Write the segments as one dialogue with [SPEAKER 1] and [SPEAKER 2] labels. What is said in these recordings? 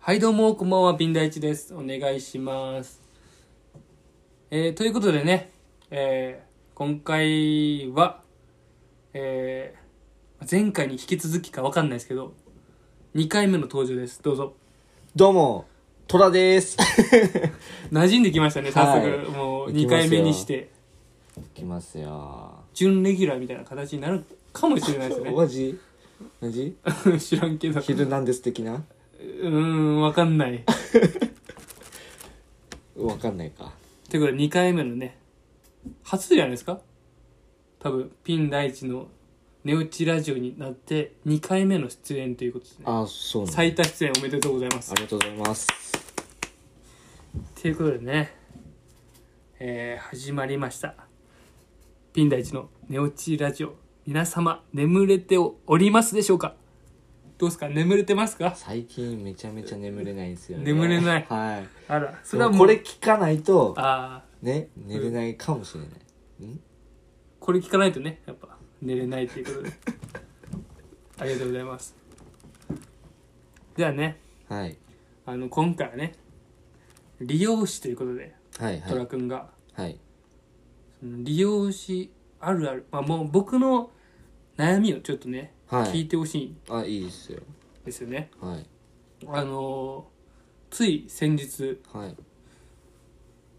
[SPEAKER 1] はい、どうも、こんばんは、ピンダイチです。お願いします。えーということでね、えー今回は、えー前回に引き続きかわかんないですけど、2回目の登場です。どうぞ。
[SPEAKER 2] どうも、ト ラです。
[SPEAKER 1] 馴染んできましたね、早速。
[SPEAKER 2] はい
[SPEAKER 1] もう、
[SPEAKER 2] いき
[SPEAKER 1] 2
[SPEAKER 2] ます
[SPEAKER 1] 回
[SPEAKER 2] よ
[SPEAKER 1] 目にして、
[SPEAKER 2] いきますよ。
[SPEAKER 1] 準レギュラーみたいな形になるかもしれない ですね
[SPEAKER 2] マジマジ。
[SPEAKER 1] 知らんけど。う
[SPEAKER 2] ヒルナンデス的な
[SPEAKER 1] ーん、わかんない。
[SPEAKER 2] わかんないか。
[SPEAKER 1] ということで2回目のね初じゃないですか多分ピン大地の「寝落ちラジオ」になって2回目の出演ということですね
[SPEAKER 2] あ、そうなんだ
[SPEAKER 1] 最多出演おめでとうございます
[SPEAKER 2] ありがとうございます。
[SPEAKER 1] ということでねえー始まりましたピン大地の「寝落ちラジオ」皆様眠れておりますでしょうかどうですか眠れてますか
[SPEAKER 2] 最近めちゃめちゃ眠れないんですよね。
[SPEAKER 1] 眠れない
[SPEAKER 2] はい。
[SPEAKER 1] あらそ
[SPEAKER 2] そ
[SPEAKER 1] れ
[SPEAKER 2] れ
[SPEAKER 1] は
[SPEAKER 2] は
[SPEAKER 1] もう
[SPEAKER 2] これ聞かないと、
[SPEAKER 1] ああ
[SPEAKER 2] ね、寝れないかもしれない。ん
[SPEAKER 1] これ聞かないとねやっぱ寝れないということで ありがとうございますではね
[SPEAKER 2] はい。
[SPEAKER 1] あの今回はね理容師ということで
[SPEAKER 2] はい、
[SPEAKER 1] ト
[SPEAKER 2] は
[SPEAKER 1] ラ
[SPEAKER 2] い。
[SPEAKER 1] 君が、
[SPEAKER 2] はい。
[SPEAKER 1] その理容師あるある、まあ、もう僕の悩みをちょっとね、
[SPEAKER 2] は
[SPEAKER 1] 聞
[SPEAKER 2] い。
[SPEAKER 1] いてほしいん
[SPEAKER 2] あ、いいですよ。
[SPEAKER 1] ですよね
[SPEAKER 2] はい。
[SPEAKER 1] あのーつい先日
[SPEAKER 2] はい。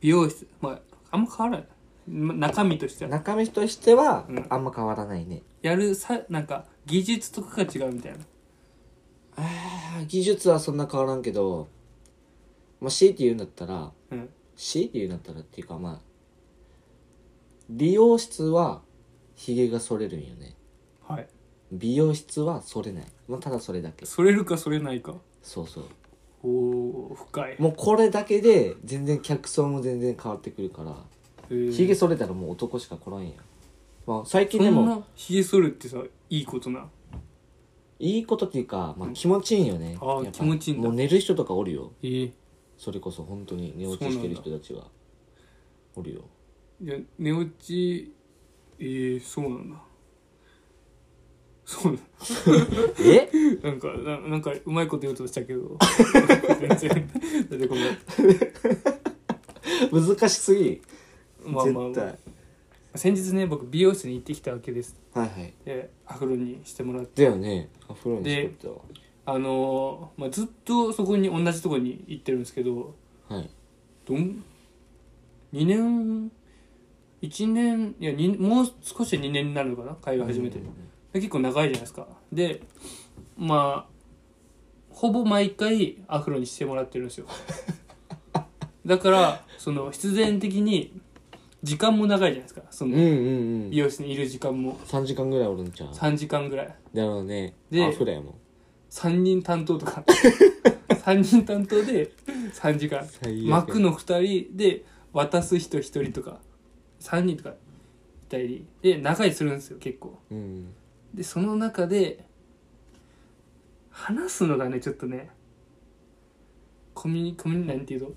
[SPEAKER 1] 美容室まああんま変わらないま中身としては
[SPEAKER 2] 中身としては
[SPEAKER 1] うん、
[SPEAKER 2] あんま変わらないね。
[SPEAKER 1] やるさなんか技術とかが違うみたいな
[SPEAKER 2] あー技術はそんな変わらんけど、まあ、強いて言うんだったら、
[SPEAKER 1] うん
[SPEAKER 2] 強いて言うんだったらっていうかまあ理容室はひげが剃れるんよね
[SPEAKER 1] はい
[SPEAKER 2] 美容室は剃れない、まあ、ただそれだけ
[SPEAKER 1] それるかそれないか
[SPEAKER 2] そうそう
[SPEAKER 1] おお深い
[SPEAKER 2] もうこれだけで全然客層も全然変わってくるからひげ
[SPEAKER 1] え
[SPEAKER 2] 剃れたらもう男しか来らんやん、まあ、最
[SPEAKER 1] ー
[SPEAKER 2] 近
[SPEAKER 1] そ
[SPEAKER 2] で
[SPEAKER 1] ん
[SPEAKER 2] も
[SPEAKER 1] なひげ剃るってさいいことない
[SPEAKER 2] いことっていうか、まあ、気持ちいいんよね
[SPEAKER 1] あー
[SPEAKER 2] やっぱ
[SPEAKER 1] 気持ちいいんだ
[SPEAKER 2] もう寝る人とかおるよ
[SPEAKER 1] えー
[SPEAKER 2] それこそ本当に寝落ちしてる人たちはおるよ
[SPEAKER 1] いや寝落ちえー、そうなんだそう なん
[SPEAKER 2] え
[SPEAKER 1] なんかななんかうまいこと言おうとしたけど 全然だってこの
[SPEAKER 2] 難しすぎ、
[SPEAKER 1] まあまあ、
[SPEAKER 2] 絶対
[SPEAKER 1] 先日ね僕美容室に行ってきたわけです
[SPEAKER 2] はいはい
[SPEAKER 1] でアフロにしてもらって
[SPEAKER 2] だよねアフロにしとっ
[SPEAKER 1] あのーまあ、ずっとそこに同じとこに行ってるんですけど
[SPEAKER 2] たわはい
[SPEAKER 1] どん2年1年いやにもう少しで2年になるのかな会話始めて、で結構長いじゃないですかでまあほぼ毎回アフロにしてもらってるんです よだからその必然的に時間も長いじゃないですかそ
[SPEAKER 2] うん
[SPEAKER 1] の
[SPEAKER 2] うんうん
[SPEAKER 1] 美容室にいる時間も
[SPEAKER 2] 3時間ぐらいおるんちゃう
[SPEAKER 1] 3時間ぐらい
[SPEAKER 2] だろうね
[SPEAKER 1] で
[SPEAKER 2] アフロやもん
[SPEAKER 1] 3人担当と か3人担当で3時間
[SPEAKER 2] 最
[SPEAKER 1] 幕の2人で渡す人1人とか3人とかいたりで長いするんですよ結構
[SPEAKER 2] うん
[SPEAKER 1] でその中で話すのがねちょっとねコミュニコミュニなんていうの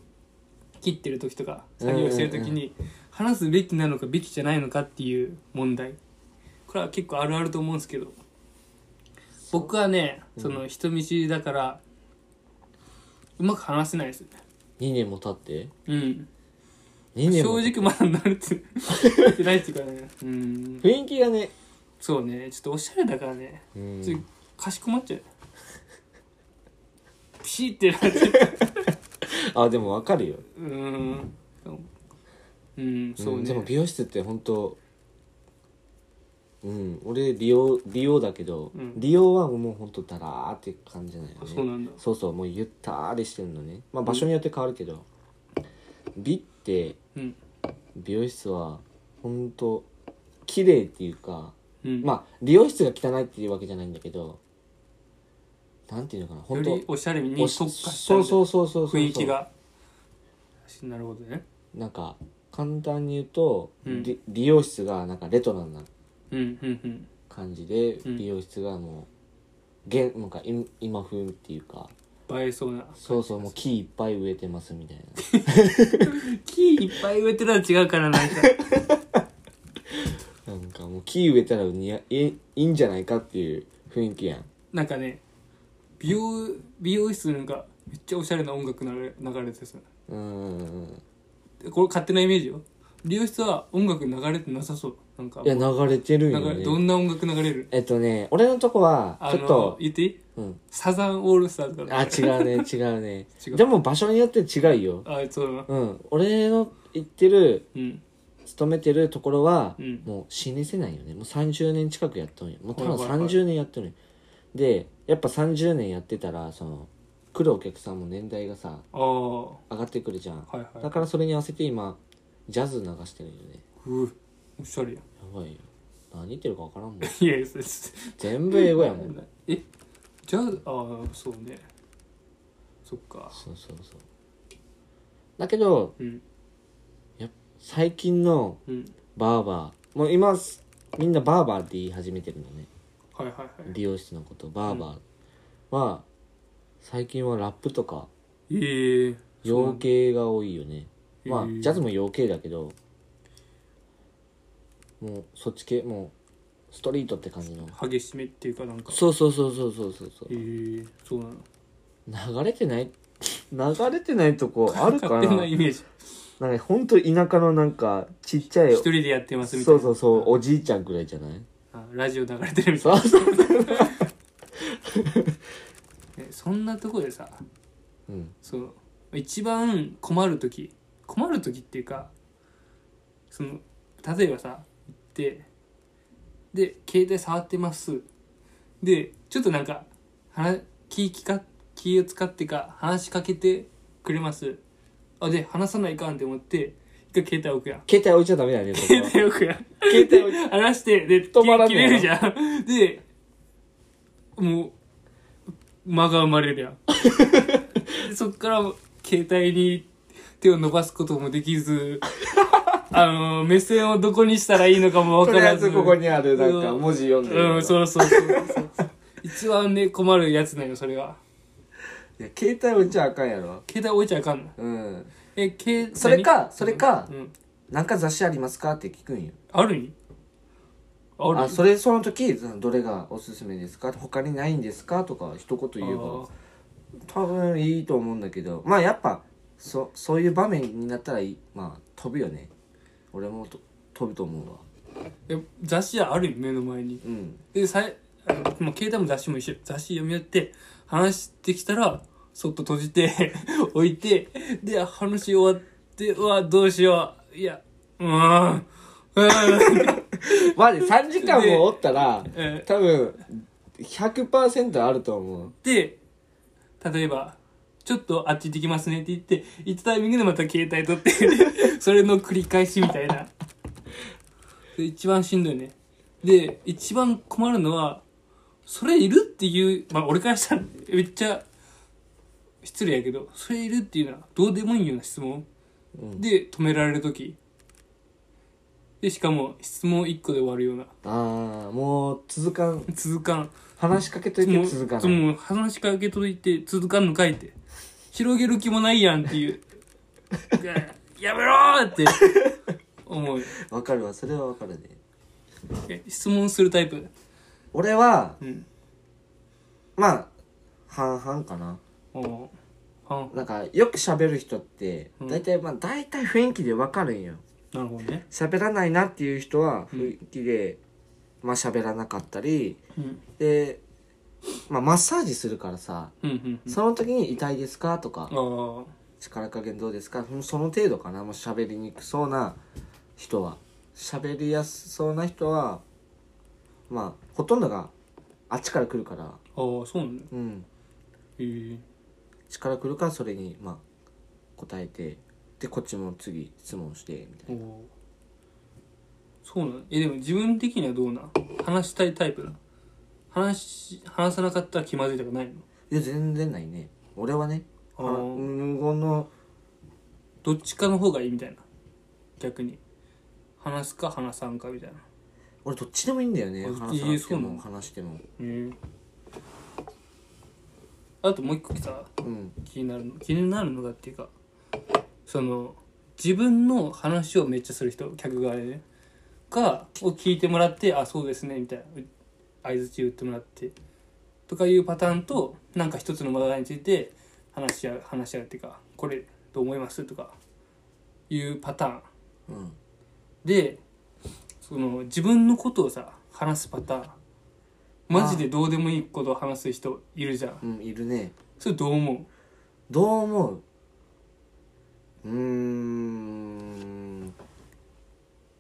[SPEAKER 1] 切ってる時とか作業してる時
[SPEAKER 2] うんうん
[SPEAKER 1] に話すべきなのかべきじゃないのかっていう問題これは結構あるあると思うんですけど僕はねその人見知りだからうまく話せないですよね
[SPEAKER 2] 2年も経って
[SPEAKER 1] うん
[SPEAKER 2] 2
[SPEAKER 1] 正
[SPEAKER 2] 年も
[SPEAKER 1] 直まだ慣れて慣れてないっていうかねうん
[SPEAKER 2] 雰囲気がね
[SPEAKER 1] そうねちょっとおしゃれだからね
[SPEAKER 2] うん
[SPEAKER 1] ちょかしこまっちゃうピシってなっちゃ
[SPEAKER 2] あでもわかるよ
[SPEAKER 1] ううーんうんそううんね、
[SPEAKER 2] でも美容室って本当うん俺利用利用だけど
[SPEAKER 1] うん
[SPEAKER 2] 利用はもう本当だらーって感じじゃないよ
[SPEAKER 1] あそう
[SPEAKER 2] ね
[SPEAKER 1] なんだ
[SPEAKER 2] そうそうもうゆったーりしてるのねまあ場所によって変わるけど美って
[SPEAKER 1] うん
[SPEAKER 2] 美容室は本当綺麗っていうか
[SPEAKER 1] うん
[SPEAKER 2] まあ美容室が汚いっていうわけじゃないんだけどなんていうのかな
[SPEAKER 1] よ
[SPEAKER 2] 本当
[SPEAKER 1] りおしゃれに
[SPEAKER 2] お
[SPEAKER 1] 特化
[SPEAKER 2] し
[SPEAKER 1] した
[SPEAKER 2] そうそううそうそうそう
[SPEAKER 1] 雰囲気がなるほどね
[SPEAKER 2] なんか簡単に言うと、
[SPEAKER 1] うん
[SPEAKER 2] り美容室がなんかレトロな
[SPEAKER 1] うんうんうん
[SPEAKER 2] 感じで、
[SPEAKER 1] ん
[SPEAKER 2] 美容室がもう現なんか今今風っていうか
[SPEAKER 1] 映えそうな
[SPEAKER 2] そうそうもう木いっぱい植えてますみたいな
[SPEAKER 1] 木いっぱい植えてたら違うからなんか
[SPEAKER 2] なんかもう木植えたら似合いいいんじゃないかっていう雰囲気やん
[SPEAKER 1] なんかね美容美容室なんかめっちゃおしゃれな音楽流れ流れてさ
[SPEAKER 2] うんうん
[SPEAKER 1] でこれ勝手なイメージよ美容室は音楽流れてなさそうなんか
[SPEAKER 2] いや流れてるよ
[SPEAKER 1] 流れど
[SPEAKER 2] ね
[SPEAKER 1] んな音楽流れる
[SPEAKER 2] えっとね俺のとこは
[SPEAKER 1] あ
[SPEAKER 2] ちょっ
[SPEAKER 1] の
[SPEAKER 2] と
[SPEAKER 1] 言っていい
[SPEAKER 2] うん
[SPEAKER 1] サザンオールスターズから
[SPEAKER 2] あ違うね違うね
[SPEAKER 1] 違う
[SPEAKER 2] でも場所によって違うよ
[SPEAKER 1] あそうだな
[SPEAKER 2] うん俺の行ってる
[SPEAKER 1] うん
[SPEAKER 2] 勤めてるところは、
[SPEAKER 1] うん
[SPEAKER 2] もう老舗なんよねもう30年近くやっとんよもう多分
[SPEAKER 1] はいはいはい
[SPEAKER 2] 30年やってるんよでやっぱ30年やってたらその来るお客さんも年代がさ
[SPEAKER 1] ああは
[SPEAKER 2] 上がってくるじゃん、
[SPEAKER 1] いはい
[SPEAKER 2] だからそれに合わせて今ジャズ流してるんよね
[SPEAKER 1] ううおしゃれや ん
[SPEAKER 2] やばいよ何言ってるか分からんもん
[SPEAKER 1] いやいやそれそ
[SPEAKER 2] 全部英語やも ん
[SPEAKER 1] れえじゃああーそうねそっか
[SPEAKER 2] そうそうそうだけど
[SPEAKER 1] うん
[SPEAKER 2] 最近の
[SPEAKER 1] うん
[SPEAKER 2] バーバーもう今すみんなバーバーって言い始めてるのね
[SPEAKER 1] はいはいはい
[SPEAKER 2] 美容室のことバーバーは、最近はラップとか
[SPEAKER 1] ええ
[SPEAKER 2] 洋系が多いよね
[SPEAKER 1] うん
[SPEAKER 2] まあ
[SPEAKER 1] へー
[SPEAKER 2] ジャズも洋系だけどもうそっち系もうストリートって感じの
[SPEAKER 1] 激しめっていうかなんか
[SPEAKER 2] そうそうそうそうそうそうそう
[SPEAKER 1] ええそうなの
[SPEAKER 2] 流れてない流れてないとこあるかな
[SPEAKER 1] 勝手なイメージ
[SPEAKER 2] なんかほんと田舎のなんかちっちゃい
[SPEAKER 1] 一人でやってますみたいな
[SPEAKER 2] そうそうそうおじいちゃんくらいじゃない
[SPEAKER 1] あラジオ流れてるみたい
[SPEAKER 2] そうそう
[SPEAKER 1] な えそんなとこでさ
[SPEAKER 2] うん
[SPEAKER 1] その一番困る時困る時っていうかその例えばさ行ってで携帯触ってますでちょっとなんか話気聞か気を使ってか話しかけてくれますあで話さないかんって思って一回携帯置くやん
[SPEAKER 2] 携帯置いちゃダメだねここ
[SPEAKER 1] 携
[SPEAKER 2] は
[SPEAKER 1] 帯置くやん
[SPEAKER 2] 携帯置いちゃ
[SPEAKER 1] 話してで
[SPEAKER 2] 止まらん
[SPEAKER 1] 切
[SPEAKER 2] の
[SPEAKER 1] れ
[SPEAKER 2] や
[SPEAKER 1] る
[SPEAKER 2] ろ
[SPEAKER 1] じゃんでもう間が生まれ るやんでそっから携帯に手を伸ばすこともでき ずあの目線をどこにしたらいいのかも
[SPEAKER 2] と
[SPEAKER 1] 分か
[SPEAKER 2] りあ
[SPEAKER 1] ら
[SPEAKER 2] え
[SPEAKER 1] ず
[SPEAKER 2] ずここにあるなんか
[SPEAKER 1] うん
[SPEAKER 2] 文字読んでる
[SPEAKER 1] うんそうそうそうそうそう一番ね困るやつなのよそれはい
[SPEAKER 2] や携帯置いちゃあかんやろ
[SPEAKER 1] 携帯置いちゃあかんの
[SPEAKER 2] うん
[SPEAKER 1] え携
[SPEAKER 2] それかそれか
[SPEAKER 1] 何うん、
[SPEAKER 2] なんか雑誌ありますかって聞くんよ
[SPEAKER 1] あるにある
[SPEAKER 2] あそれその時どれがおすすめですか他にないんですかとか一言言えば多分いいと思うんだけどまあやっぱそそういう場面になったらいいまあ飛ぶよね俺もと飛ぶと思うわ
[SPEAKER 1] あーえ雑誌はあるよ目の前に
[SPEAKER 2] うん
[SPEAKER 1] でさいあのもう携帯も雑誌も一緒雑誌読み寄って話してきたらそっと閉じて 置いてで話終わってうわどうしよういやうーんうーん
[SPEAKER 2] まあね3時間もおったら
[SPEAKER 1] え
[SPEAKER 2] 多分100%あると思う
[SPEAKER 1] で例えば「ちょっとあっち行ってきますね」って言って行ったタイミングでまた携帯取って それの繰り返しみたいなで一番しんどいねで一番困るのはそれいるっていうまあ俺からしたらめっちゃ失礼やけどそれいるっていうのはどうでもいいような質問、
[SPEAKER 2] うん
[SPEAKER 1] で止められる時でしかも質問1個で終わるような
[SPEAKER 2] ああもう続かん
[SPEAKER 1] 続かん
[SPEAKER 2] 話しかけといて
[SPEAKER 1] もう
[SPEAKER 2] 続か
[SPEAKER 1] そ
[SPEAKER 2] な
[SPEAKER 1] う
[SPEAKER 2] い
[SPEAKER 1] もう話しかけといて続かんのかいって広げる気もないやんっていう やめろーって思う
[SPEAKER 2] わかるわそれはわかるね
[SPEAKER 1] え質問するタイプ
[SPEAKER 2] 俺は
[SPEAKER 1] うん
[SPEAKER 2] まあ半々かな
[SPEAKER 1] おあ
[SPEAKER 2] なんかよく喋る人って
[SPEAKER 1] うん
[SPEAKER 2] 大体、まあ大体雰囲気で分かるんよ
[SPEAKER 1] なるほどね
[SPEAKER 2] 喋らないなっていう人は雰囲気で、まあ喋らなかったり
[SPEAKER 1] うん
[SPEAKER 2] で、まあ、マッサージするからさ
[SPEAKER 1] うんうんうん
[SPEAKER 2] その時に「痛いですか?」とか
[SPEAKER 1] あー
[SPEAKER 2] 「力加減どうですか?」うんその程度かなもう喋りにくそうな人は喋りやすそうな人はまあほとんどがあっちから来るから
[SPEAKER 1] あーそうなんだ
[SPEAKER 2] うん
[SPEAKER 1] へえ
[SPEAKER 2] 力来るからそれにまあ答えてでこっちも次質問してみたい
[SPEAKER 1] おーそうなんえでも自分的にはどうなん話したいタイプな話し話さなかったら気まずいとかないの
[SPEAKER 2] ないや全然ないね俺はね
[SPEAKER 1] あ
[SPEAKER 2] あ
[SPEAKER 1] ー
[SPEAKER 2] 無言の
[SPEAKER 1] どっちかの方がいいみたいな逆に話すか話さんかみたいな
[SPEAKER 2] 俺どっちでもいいんだよね
[SPEAKER 1] あ
[SPEAKER 2] 話さ
[SPEAKER 1] い
[SPEAKER 2] ないくて
[SPEAKER 1] そうなの
[SPEAKER 2] も話しても
[SPEAKER 1] あともう一個さ
[SPEAKER 2] うん
[SPEAKER 1] 気になるの気になるのがっていうかその自分の話をめっちゃする人客側でねかを聞いてもらって「あそうですね」みたいな相づち打ってもらってとかいうパターンとなんか一つの話題について話し合う話し合うっていうかこれどう思いますとかいうパターン
[SPEAKER 2] うん
[SPEAKER 1] でその自分のことをさ話すパターンマジでどうでもいいことを話す人いるじゃん
[SPEAKER 2] うんいるね
[SPEAKER 1] それどう思
[SPEAKER 2] どう思ううーん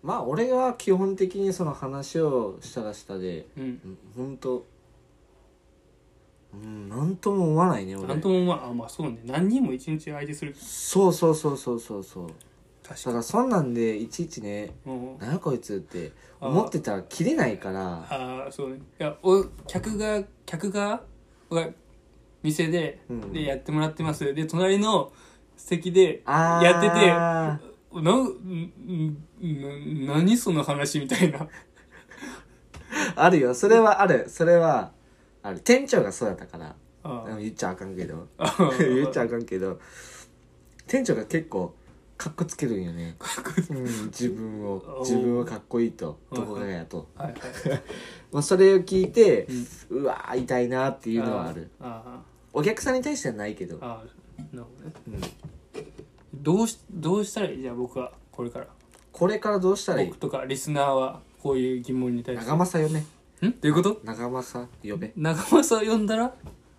[SPEAKER 2] まあ俺は基本的にその話をしたらしたで
[SPEAKER 1] ううん
[SPEAKER 2] うんほんとうん何とも思わないね俺
[SPEAKER 1] なんともまああまあそうね何人も一日相手する
[SPEAKER 2] そうそうそうそうそうそう
[SPEAKER 1] 確か
[SPEAKER 2] だからそんなんでいちいちね
[SPEAKER 1] にうん
[SPEAKER 2] 「なんやこいつ」って
[SPEAKER 1] あー
[SPEAKER 2] 思ってたら切れないから
[SPEAKER 1] ああそうねいやお客が客がが店で,、
[SPEAKER 2] うん
[SPEAKER 1] でやってもらってますで隣の席で
[SPEAKER 2] あー
[SPEAKER 1] やっててなんんん何その話みたいな
[SPEAKER 2] あるよそれはあるそれはある店長がそうだったから
[SPEAKER 1] あー
[SPEAKER 2] 言っちゃあかんけど
[SPEAKER 1] あー
[SPEAKER 2] 言っちゃあかんけど店長が結構かっこつけるんよね、うん、自分を
[SPEAKER 1] おー
[SPEAKER 2] 自分はかっこいいとどこがやと、
[SPEAKER 1] はいはい
[SPEAKER 2] まあ、それを聞いて、うわー痛いなっていうのはある
[SPEAKER 1] あ
[SPEAKER 2] お客さんに対してはないけど
[SPEAKER 1] ーあーなるほどね
[SPEAKER 2] うん
[SPEAKER 1] どうしどうしたらいいじゃあ僕はこれから
[SPEAKER 2] これからどうしたらいい
[SPEAKER 1] 僕とかリスナーはこういう疑問に対して
[SPEAKER 2] 長政よね
[SPEAKER 1] んどういうこと
[SPEAKER 2] 長政呼べ
[SPEAKER 1] 長政を呼んだら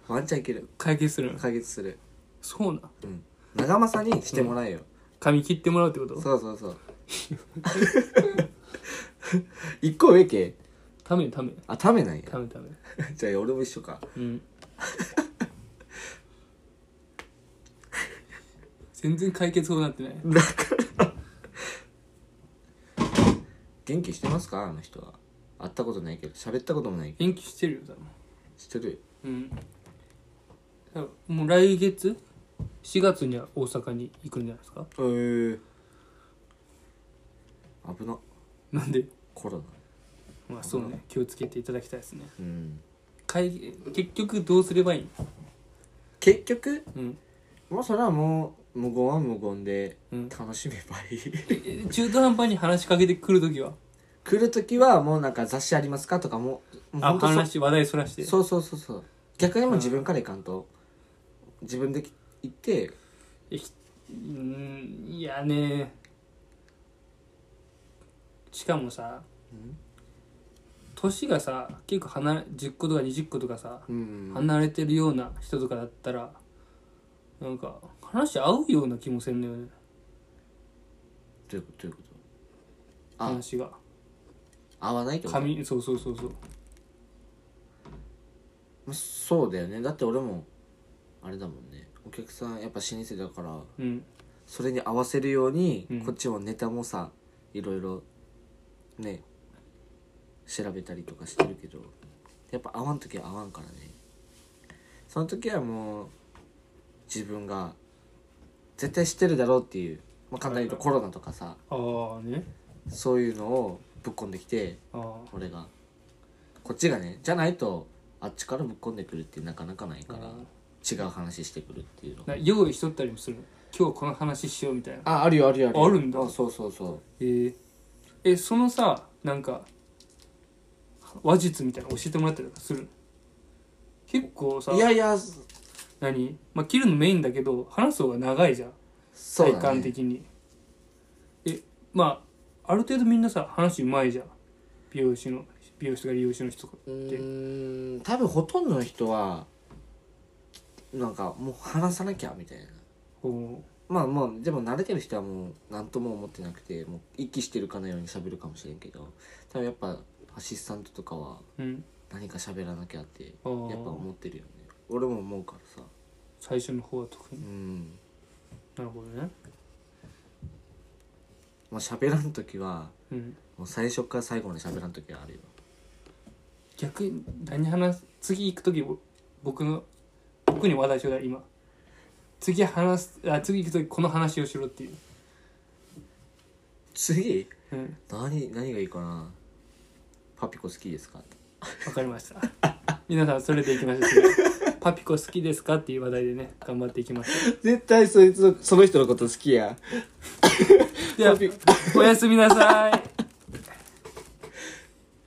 [SPEAKER 2] ワンチャンいける
[SPEAKER 1] 解決するの
[SPEAKER 2] 解決する
[SPEAKER 1] そうな
[SPEAKER 2] うん長政にしてもらえよ、
[SPEAKER 1] 髪切ってもらうってこと
[SPEAKER 2] そうそう そう一個上け
[SPEAKER 1] ためため
[SPEAKER 2] あためなんや
[SPEAKER 1] ためため
[SPEAKER 2] じゃあ俺も一緒か
[SPEAKER 1] うん 全然解決法になってない
[SPEAKER 2] 元気してますかあの人は会ったことないけど喋ったこともないけ
[SPEAKER 1] 延期してるよ多分
[SPEAKER 2] どしてる
[SPEAKER 1] うん多分もう来月4月には大阪に行くんじゃないですか
[SPEAKER 2] えー、危な
[SPEAKER 1] なんで
[SPEAKER 2] コロナ
[SPEAKER 1] まあそうね気をつけていただきたいですね
[SPEAKER 2] うん
[SPEAKER 1] 解結局どうすればいいの
[SPEAKER 2] 結局
[SPEAKER 1] うん
[SPEAKER 2] もうそれはもう無言は無言で
[SPEAKER 1] うん
[SPEAKER 2] 楽しめばいい
[SPEAKER 1] え中途半端に話しかけてくるときは
[SPEAKER 2] 来る時はもうなんか雑誌ありますかとかもう
[SPEAKER 1] あ
[SPEAKER 2] ほんとそ
[SPEAKER 1] 話話題そらして
[SPEAKER 2] そうそうそうそう逆にもう自分から行かんと自分で行って
[SPEAKER 1] えひうーんいやねしかもさ年がさ結構離れ10個とか20個とかさ、
[SPEAKER 2] うん
[SPEAKER 1] 離れてるような人とかだったらなんか話合うような気もせんのよね
[SPEAKER 2] どういうことどういうことあ
[SPEAKER 1] 話が
[SPEAKER 2] 合わないってこと
[SPEAKER 1] 髪そうそうそうそう
[SPEAKER 2] まあそうだよねだって俺もあれだもんねお客さんやっぱ老舗だから
[SPEAKER 1] うん
[SPEAKER 2] それに合わせるように、
[SPEAKER 1] うん
[SPEAKER 2] こっちもネタもさいろいろね調べたりとかしてるけどやっぱ合わん時は合わんからねその時はもう自分が絶対知ってるだろうっていう、まあ、簡単に言うとコロナとかさ
[SPEAKER 1] ああね
[SPEAKER 2] そういうのをぶっ込んできて
[SPEAKER 1] ああ
[SPEAKER 2] 俺がこっちがねじゃないとあっちからぶっ込んでくるってなかなかないから
[SPEAKER 1] うん
[SPEAKER 2] 違う話してくるっていうの
[SPEAKER 1] な用意しとったりもするの今日この話しようみたいな
[SPEAKER 2] ああるよあるよあ
[SPEAKER 1] あるんだ
[SPEAKER 2] あそうそうそう
[SPEAKER 1] えーえそのさなんか話術みたいなの教えてもらったりとかするの結構さ
[SPEAKER 2] いやいや
[SPEAKER 1] 何、まあ、切るのメインだけど話す方が長いじゃん、
[SPEAKER 2] そう
[SPEAKER 1] 体
[SPEAKER 2] だ
[SPEAKER 1] 感
[SPEAKER 2] ね
[SPEAKER 1] 的にえまあある程度みんなさ話うまいじゃん美容師の美容師とか理容師の人とか
[SPEAKER 2] うーん多分ほとんどの人はなんかもう話さなきゃみたいな
[SPEAKER 1] こ
[SPEAKER 2] まあまあでも慣れてる人はもう何とも思ってなくてもう息してるかのように喋るかもしれんけど多分やっぱアシスタントとかは
[SPEAKER 1] う、うん、
[SPEAKER 2] 何か喋らなきゃってやっ
[SPEAKER 1] あ
[SPEAKER 2] ぱ
[SPEAKER 1] ー
[SPEAKER 2] 思ってるよね俺も思うからさ
[SPEAKER 1] 最初の方は特
[SPEAKER 2] う
[SPEAKER 1] に
[SPEAKER 2] ん
[SPEAKER 1] なるほどね
[SPEAKER 2] まあ喋らん時は
[SPEAKER 1] うん
[SPEAKER 2] もう最初から最後まで喋らん時はあるよ
[SPEAKER 1] 逆に何話す次行く時ぼ僕の僕に話題ちょうだい今次話すあ次行く時この話をしろっていう、
[SPEAKER 2] 次
[SPEAKER 1] うん、
[SPEAKER 2] 何何がいいかなパピコ好きですか
[SPEAKER 1] わかりました皆さんそれでいきましょう次はパピコ好きですかっていう話題でね頑張っていきましょ
[SPEAKER 2] 絶対そいつその人のこと好きや
[SPEAKER 1] うではおやすみなさい